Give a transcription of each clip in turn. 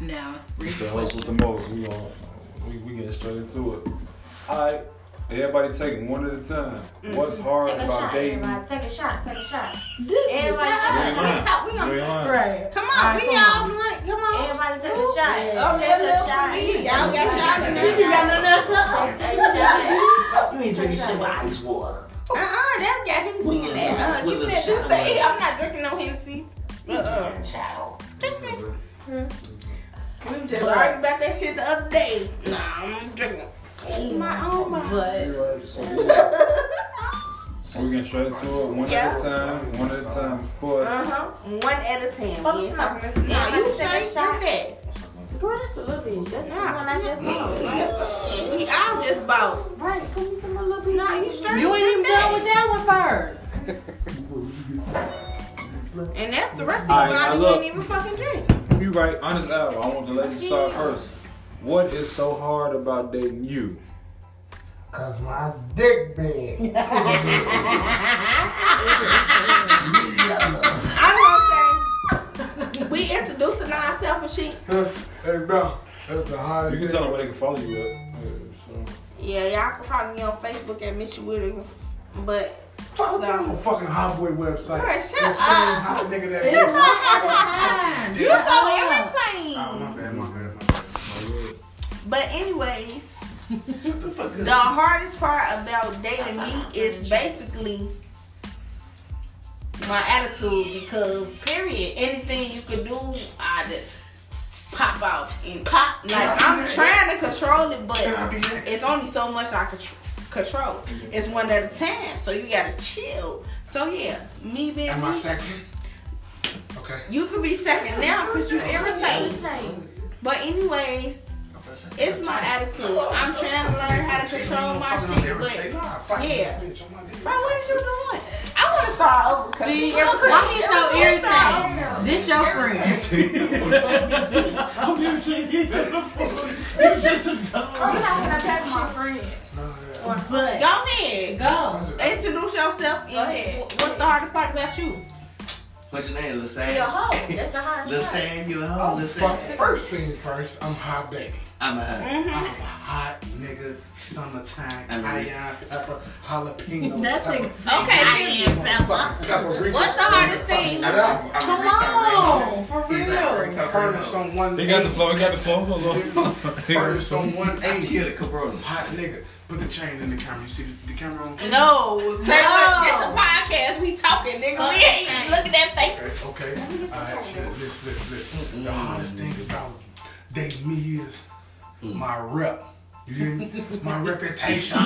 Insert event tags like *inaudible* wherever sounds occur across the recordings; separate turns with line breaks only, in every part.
Now, read
The
the
host with
question.
the most. We gon' we we getting straight into it. Alright, everybody take it one at a time. What's hard
Take a
about
shot,
dating?
everybody. Take a shot. Take a shot.
Everybody,
Everybody,
lying.
talk, we
Three
gonna,
lines.
Right.
come
All
on,
right,
we
come
all
on.
blunt, come on.
everybody take a shot.
I'm
Take a
for
shot.
me. Y'all got shot in
She
there.
got Take a shot.
You ain't drinking shit with ice water.
Uh-uh, that got him singing that. Uh,
With
you
the
that just
shot.
say, I'm not drinking no Hennessy. Uh-uh.
Child.
Excuse me. We was just arguing about that shit the other day. Nah, I'm drinking my own bottle.
But
So we, so we getting straight into it one at
Yeah.
a time. One at a time, of course.
Uh-huh. One at a time.
Fuck
We ain't
no.
talking to
Nah,
Nah,
you
you
take a
straight
shot.
shot that.
Girl, that's a little bit. That's the
Nah.
one I just bought. right?
We all just bought.
Right. Put me some more little bit.
Nah, you straight
you ain't even done with that one first.
And that's the rest of
All right,
the
now
body we
look.
didn't even fucking drink.
You right, honest hour. I want the ladies to start first. What is so hard about dating you?
Cause my dick big. Yellow.
I don't say we introducing ourselves and shit.
hey, bro. That's the
You
hardest
can
thing.
tell them where they can follow you up. Yeah, so.
Yeah, y'all can follow me on Facebook at Miss Williams. But
Fuck that. I'm a fucking Hotboy website.
Bro, shut
That same
up.
hot nigga that big.
*laughs* you so irritating.
Oh, my bad, my bad, my bad.
But anyways,
Shut the fuck
the
up.
hardest part about dating me is basically my attitude because
Period.
anything you could do, I just pop off and
Pop.
like I'm trying to control it,
Can I be
but
next?
it's only so much I can tr- control. It's one at a time, so you gotta chill. So yeah, me being
Am I
me,
second? Okay.
you could be second now because you irritate.
Irritating.
But anyways,
I'm for second.
it's my attitude. I'm trying to learn how to control my shit, but. yeah. Bro, what you doing? I want to start over. 'cause
See,
it's
why he so
irritating. Let's start
irritating?
over.
This
*laughs*
*laughs*
your friend.
I've never seen *laughs* you before. You're just a
I'm
dog.
not gonna attack my friend.
Go
But
ahead.
Go.
Introduce yourself. And
Go ahead.
wh- What's the hardest part about you?
What's your name,
you're a
Lasan?
hoe. That's the hardest part.
Lasan, you a hoe, Lasan.
First thing first, I'm hot baby.
I'm a hoe.
I'm a
Mm-hmm.
hot nigga, summertime,
I love it.
cayenne pepper,
*laughs*
jalapeno.
That
pepper.
nigga said
Okay,
Fuck, that's what Rico
What's the
said.
hardest thing?
That album.
I'm
Come
a Rico,
on, for
Rico. He's a
real.
Rico, Rico.
Furnace on one
They got the
eight.
flow. They got the flow. *laughs* Hold
Furnace on one
I
eight.
kill the Corona.
Hot nigga. Put the chain in the camera. You see the, the camera on?
No. Say
No.
what? This a podcast. We talking, nigga. We ain't looking at face.
Okay, okay. Alright, listen, listen, listen. The hardest thing about dating me is my rep. You hear me?
*laughs*
My reputation.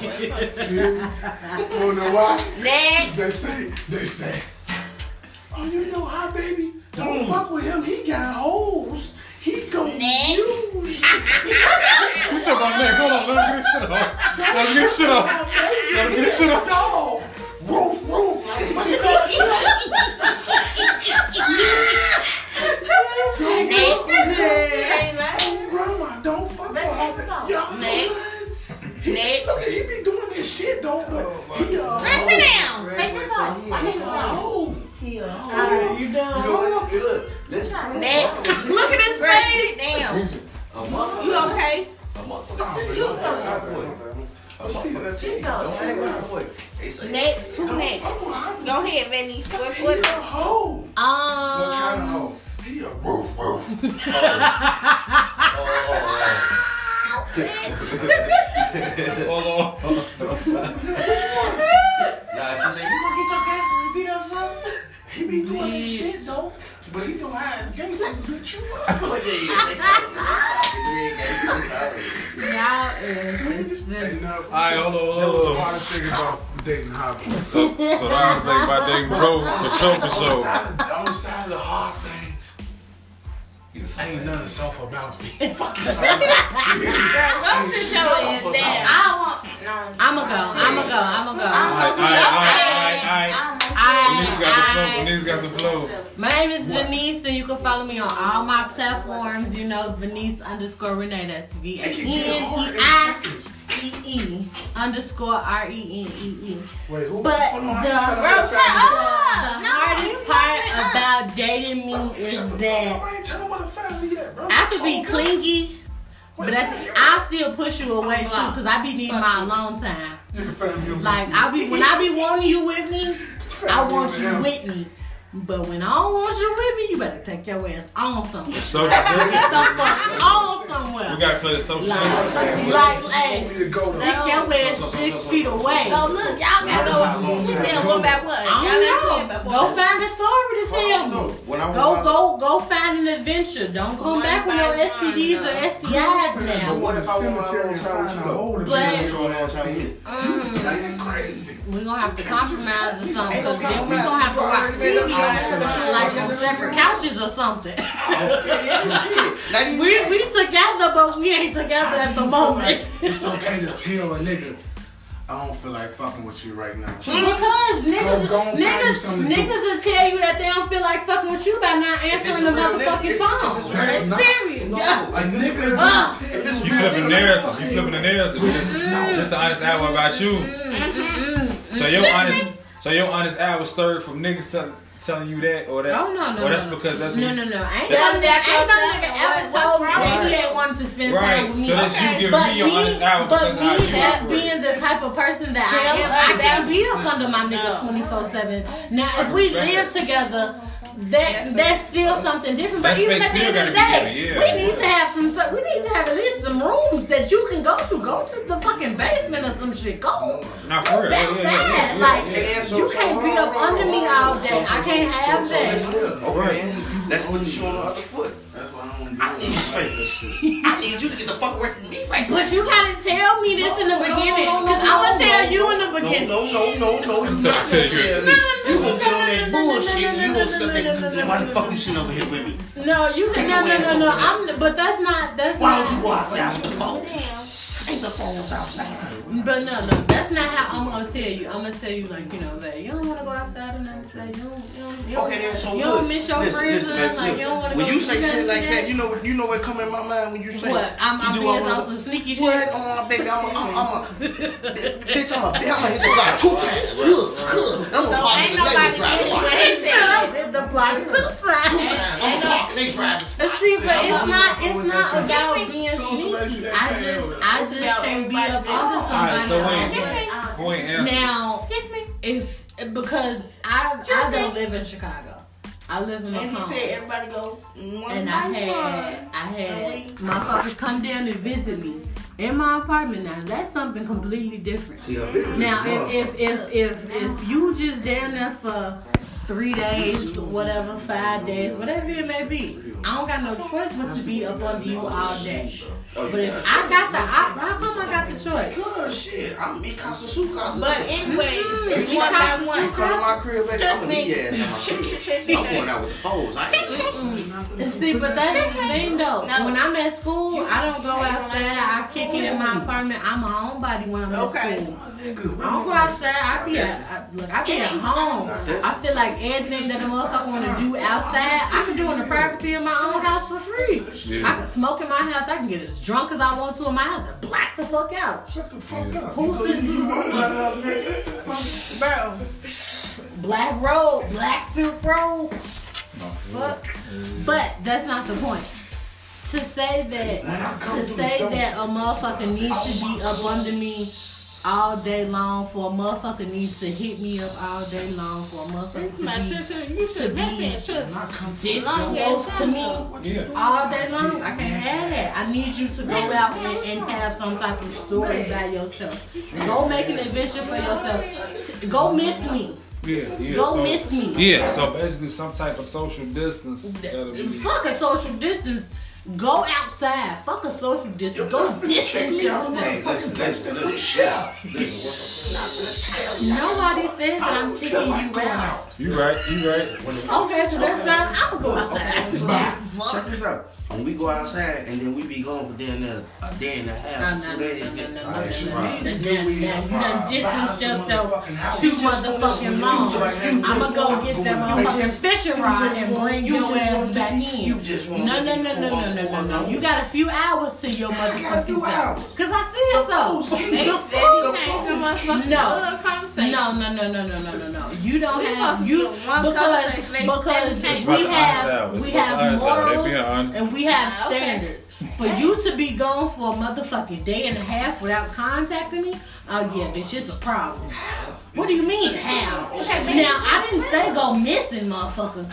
you hear me? You wanna know why?
Next.
They say, they say, oh, you know how, baby? Don't fuck with him. He got holes. He gon'
Next.
use you.
on, man. Hold on. Let him get his shit off. Let him get his shit off. Let him get his shit off.
Dog. Roof, roof. What you gonna do? Don't fuck with him.
Ain't lying.
Grandma, don't fuck with
Let's
her.
ask him.
Y'all know
Next.
what? He,
Next.
look at he be doing this shit, though, but he a
Press
hoe.
it down.
Take this off. I
He
mean,
a hoe.
he a hoe.
Alright,
you done.
You know what? Hey, Look, this
Next. Look at his face. Damn.
Listen, a motherfucker.
You okay?
A
Nah,
motherfucker.
man,
You
I'm
hot
not
boy.
that
A
But still,
motherfucker.
she's so
Don't act like a boy. They say,
Next. Who
Don't
next?
fuck with her.
Go ahead, Vinny. What?
He a
What?
hoe. What kind of
Um.
hoe? He a roof roof.
Oh,
*laughs* Hold on.
Nah, she say, you gonna get your glasses and beat us up?
He be doing this shit though. But he know how his gangsters bitch you up.
Oh, yeah, yeah. They fucking with me.
Y'all is.
Ain't nothing.
All right, hold on,
That was
hold
the
on, hold
hardest thing about dating hobby.
on. So, so that was like my thing, bro. For sure, for
On the
sure.
side of- on the side of the hard things,
You the same
ain't
man.
nothing soft about me. Fuck yourself.
Girl, go sit your ass down. I want. No.
I'ma go. I'ma go. I'ma
All
go.
right, all right, all right, all right. Niggas got the flow.
I, I,
Niggas got the flow.
my name is Venice, and you can follow me on all my platforms. You know, Venice underscore Renee. That's V A N
It can
E
get hard in
I
seconds.
E E underscore R E N E E.
Wait, who?
But
hold on, I
the-
can tell
bro,
nobody
shut up.
about it.
The
No, you
hardest
fucked it
part about dating me
Shut
is
the fuck
Oh, that
up. I ain't telling nobody about the family yet, bro.
I be clingy, but at- I still push you away too, cause I be needing my alone time.
You can find me on
Like I be when I be wanting you with me, I want you with me. But when I don't want you with me, you better take your ass on somewhere. *laughs*
Social distancing.
Get the fuck on
We
somewhere.
gotta play the social
Like,
distancing.
like, like,
me to go to.
take your ass six feet away.
So look, y'all got no. We said one by one. Y'all
I
ain't
don't
playing
know.
by
Go
one.
find a story to tell me.
When I
Go,
went out-
go, go find an adventure. Don't come
One
back with
by
no
one,
STDs or
no.
STIs
But
now.
what if I want to
cemetery
try
trying
to
to
hold it?
But- Mm.
Like
*laughs*
crazy.
We're gonna have to compromise or something.
Ain't no
Cause then we're
compromise.
gonna have to watch TV on
Yeah.
like on separate couches or something.
I'm scared as shit. Not even-
We we together, but we ain't together at the moment. *laughs*
It's okay to tell a nigga, I don't feel like fucking with you right now.
Because niggas,
go and find you
niggas,
something to do.
niggas will tell you that they don't feel like fucking with you by not answering the
real nigga,
motherfucking
if-
phone.
if it's
real-
That's
That's not-
serious.
No,
Yeah.
A
like, this
nigga
real-
Ah.
just
if it's
You
real
flipping the
nigga,
narrative. You flipping the narrative. This this the honest hour about you. So your honest, so your honest hour stirred from niggas tell, telling you that or that.
Oh no no.
Or that's
no, no.
because that's
no
what
no no. Ain't
That-
no nigga, ain't no nigga ever
What's
told me
wrong
that
with
he
it?
ain't wanted to spend time
Right.
with me.
So that's
Okay.
you giving
But
me your honest hour
me, but
because how
me,
you
that's
operate.
being the type of person that
Tell
I am. I
us
can't
that.
be up under my nigga
No.
twenty four seven. Now,
I
if we
respect
live together, that that's still something different. But
That
even
space
at the
still
end of the
gotta be
day,
given,
we
yeah.
need to have some. so- We need to have at least some rooms that you can go to. Go to the fucking basement or some shit. Go.
Not
go
for real. Yeah,
Downstairs,
yeah, yeah, yeah.
like
And then so-
you
so
can't
hold
be
on,
up
hold on,
under me
hold on. So-
all day.
so-
I can't
so-
have
so
that.
let's live.
Right.
Okay, then. That's putting you on the other foot.
That's why I don't
I
do
need space. I need you to get the fuck away from me right now.
But you gotta tell me this in the
No, no,
beginning.
no, no,
Cause I'm gonna
no,
tell
no,
you
no,
in the
no,
beginning.
No, no, no, no. You're
I'm
not
telling
gonna
you.
tell me. You gonna get on that bullshit. and You gonna step that. Then why the fuck you sitting over here with me?
No, you
Take
no
your
no
ass
no no.
over
I'm but that's not that's
Why
not.
don't you go outside with the phone? Ain't the phones outside?
But no no, that's not how I'm gonna tell you. I'm gonna tell you like you know that you don't wanna go outside or nothing. Like, you don't you don't you don't,
Okay, then so
you don't
listen,
miss your
listen,
friends
listen,
or
baby,
nothing. Like you don't
look.
wanna
When
go
you
do
say
nothing
shit like that,
today.
you know what you know what come in my mind when you say
what? I'm,
you
I'm
do all
being
that-
on some sneaky
What?
shit.
Oh, I think I'm a, I'm a, bitch, I'm a, I'm a hit the block two times. Good, good. I'm gonna park
ain't
the
nobody
ladies drive.
getting
Why?
what he said.
Hit the block two
Two
times.
times. I'm gonna park the ladies drive.
See, but it's not
I'm
it's
with that
not about being
Social
sneaky.
media
I
channel.
just I just
about
can't be
everybody
up
business.
under
Alright,
somebody.
so
all
wait.
day.
Who ain't answer?
Now, excuse me. If because I I don't live in Chicago, I live in
And he
Macomb,
said oh everybody go one
Uh-huh. and I
by one.
had I had motherfuckers come down and visit me in my apartment. Now that's something completely different. Now, if if if if, if you just down there for three days, whatever, five days, whatever it may be, I don't got no choice but to be up under you all day. But if I got the, op- how come I got the choice?
Good shit. I'm in Casasucas.
But anyway, it's
Mm-hmm. You
one by
come-
you
one.
come to my crib, baby, I'm
Excuse
gonna be
me.
your ass in my
Shit,
crib.
shit, shit, shit,
I'm going
shit.
out with the foes. I ain't.
See, but that's the thing though.
No.
When I'm at school, I don't go outside. I kick it in my apartment. I'm my own body when I'm
Okay.
at school. I don't go outside. I be at I, look, I be at home. I feel like anything that a motherfucker want to do outside, I can do in the privacy of my own house for free.
Yeah.
I can smoke in my house. I can get as drunk as I want to in my house and black the fuck out.
Shut the fuck up.
Who's
Who's
this-
you running out of nigga?
Bro,
Black robe, black silk robe. Fuck. But that's not the point. To say that, to say that a motherfucker needs to be up under me all day long, for a motherfucker needs to hit me up all day long, for a motherfucker
my
to
sister, you
be, to
should be
be
should.
this close to me
Yeah.
all day long. I can't have that. I need you to go out and, and have some type of story by yourself. Go make an adventure for yourself. Go miss me.
Yeah. Yeah.
Go
so,
miss me.
Yeah. So basically, some type of social distance. gotta be-
Fuck a social distance. Go outside. Fuck a social distance. Go
*laughs*
distance
Hey,
yourself.
listen, listen, listen. Yeah. Listen,
Nobody says that I'm taking you out.
You right. You right.
Okay, so that's fine. I'ma go outside.
what's up? Check this out. When we go outside and then we be gone for damn near a day and a
No,
half,
no,
two
no, no,
days.
no, no, no, no,
I ain't sure.
no. You done distance yourself too
You just want
motherfucking
some-
long.
you just- you
I'ma
just
go
want-
get that
you just-
motherfucking fishing rod and bring
you
your
just
ass
want
back
to be-
in.
you just want
No,
to
no,
be
no, no, no, no, no, no.
alone.
You got a few hours to your
I got a few
motherfucking self.
hours.
Cause I said so.
fools
They
keep-
fool
change the motherfucking
No.
little conversation.
No, no, no, no, no, no, no, no. You don't
We supposed
have
to
you
do one
because
conversation, they
because
It's
stand the
we
about the honest
have
hour. It's about the
we have
honest hour. They being
morals
honest.
and we have
Ah, okay.
standards. For you to be gone for a motherfucking day and a half without contacting me, oh yeah, bitch, it's a problem. What do you mean how? Now I didn't say go missing, motherfucker.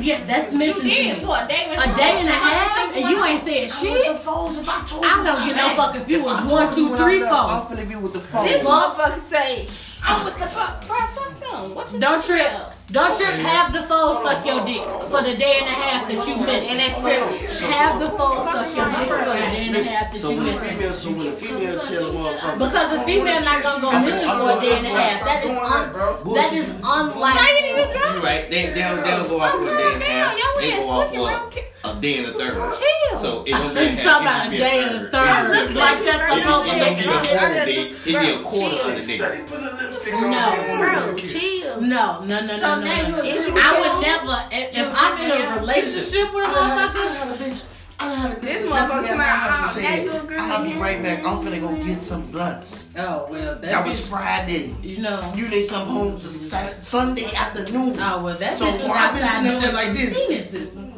Yeah, that's
You
missing.
did
to me.
for a day and
A day and a half, and you ain't said
With the
shit.
foes, if I told you.
I don't give no fuck if you was one, two, three, four.
I'm finna be with the
This
foes.
motherfucker say, oh, what the fuck? Bro, fuck them. What you
Don't
talking
trip.
about?
Don't trip. Have the foes suck your dick for the day and a half that you missed. And that's period. Have the foes suck your dick for the day and a half that
So
you
when a
missed.
female, so when a female tell a motherfucker,
Because a female not gonna go missing for a day and a half. That is un- that is
Why you
unlike.
even drunk?
you right, they they don't, they don't go off for a day and a half. They go off for a day and a third.
Chill.
So it don't be a
Talking
half.
about a day and a
It
third.
don't
Like that's the whole
be a
thing.
quarter day. It be a quarter of the day.
Study putting a lipstick on.
No.
Bro, chill.
No, no, no, no, no. no. I would never. If, if I'm in a Oh, relationship with a
I
motherfucker,
had a bitch. I had a bitch.
This
knock me
motherfucker
at my
"Oh,
house
smile.
and
Now
said,
you agree.
I'll be right back. I'm finna go get some blunts.
oh well, that,
That was
bitch-
Friday.
you know.
You didn't come home till Sat- Sunday afternoon.
Oh well, that's
So
just
far, I've been
outside
sitting up there
doing
like this.
penises.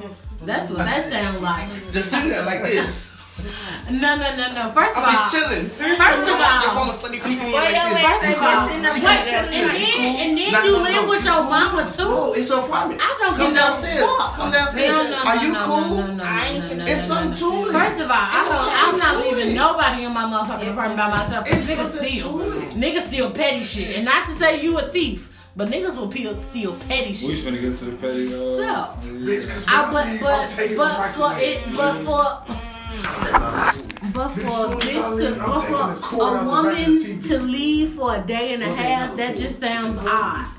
That's what that sound like.
Just sitting there like this.
No, no, no, no. First of all,
I've been chilling.
first of
Your
all,
mama study people in
Why
like
your ass
this.
ain't
You come-
busting up
she
what?
comes down,
and
she cool.
then and then
Nah,
you
no,
live
no, you
with your
cool.
mama
No,
too.
it's her apartment.
I
Come
don't give no
downstairs.
fuck.
Come
No, no,
downstairs.
no, no,
Are you
no,
cool?
No, no, no,
I ain't
no, no,
It's
no, no,
something
no.
to it.
First of all, I
It's
don't, I'm not
something to it.
leaving nobody in my motherfucking apartment by myself. 'cause
It's
Niggas
something
steal.
to it.
Niggas steal petty shit, and not to say you a thief, but niggas will peel- steal
We
petty shit.
just finna get to the petty. Uh,
So.
Bitch, 'cause when
I
leave,
but
I'm taking
but but
the
for
microwave.
it but for but for
Bitch,
a
soon as I leave, I'm taking
bitch to but
the
for
cord out
a
the back of the
woman
TV.
to leave for a day and a half, that just sounds odd.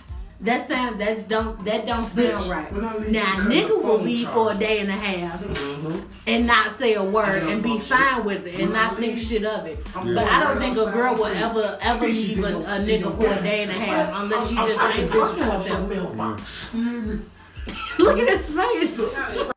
That sound that don't that don't sound
Bitch,
right.
when I leave,
Now
you
a
cut
nigga
my
will
phone
leave
charge.
for a day and a half and not say a word and be fine with it and not think shit of it. But I don't think a girl will ever ever leave a, a nigga for a day and a half unless you just ain't fucking with them.
Mailbox.
Look at his face.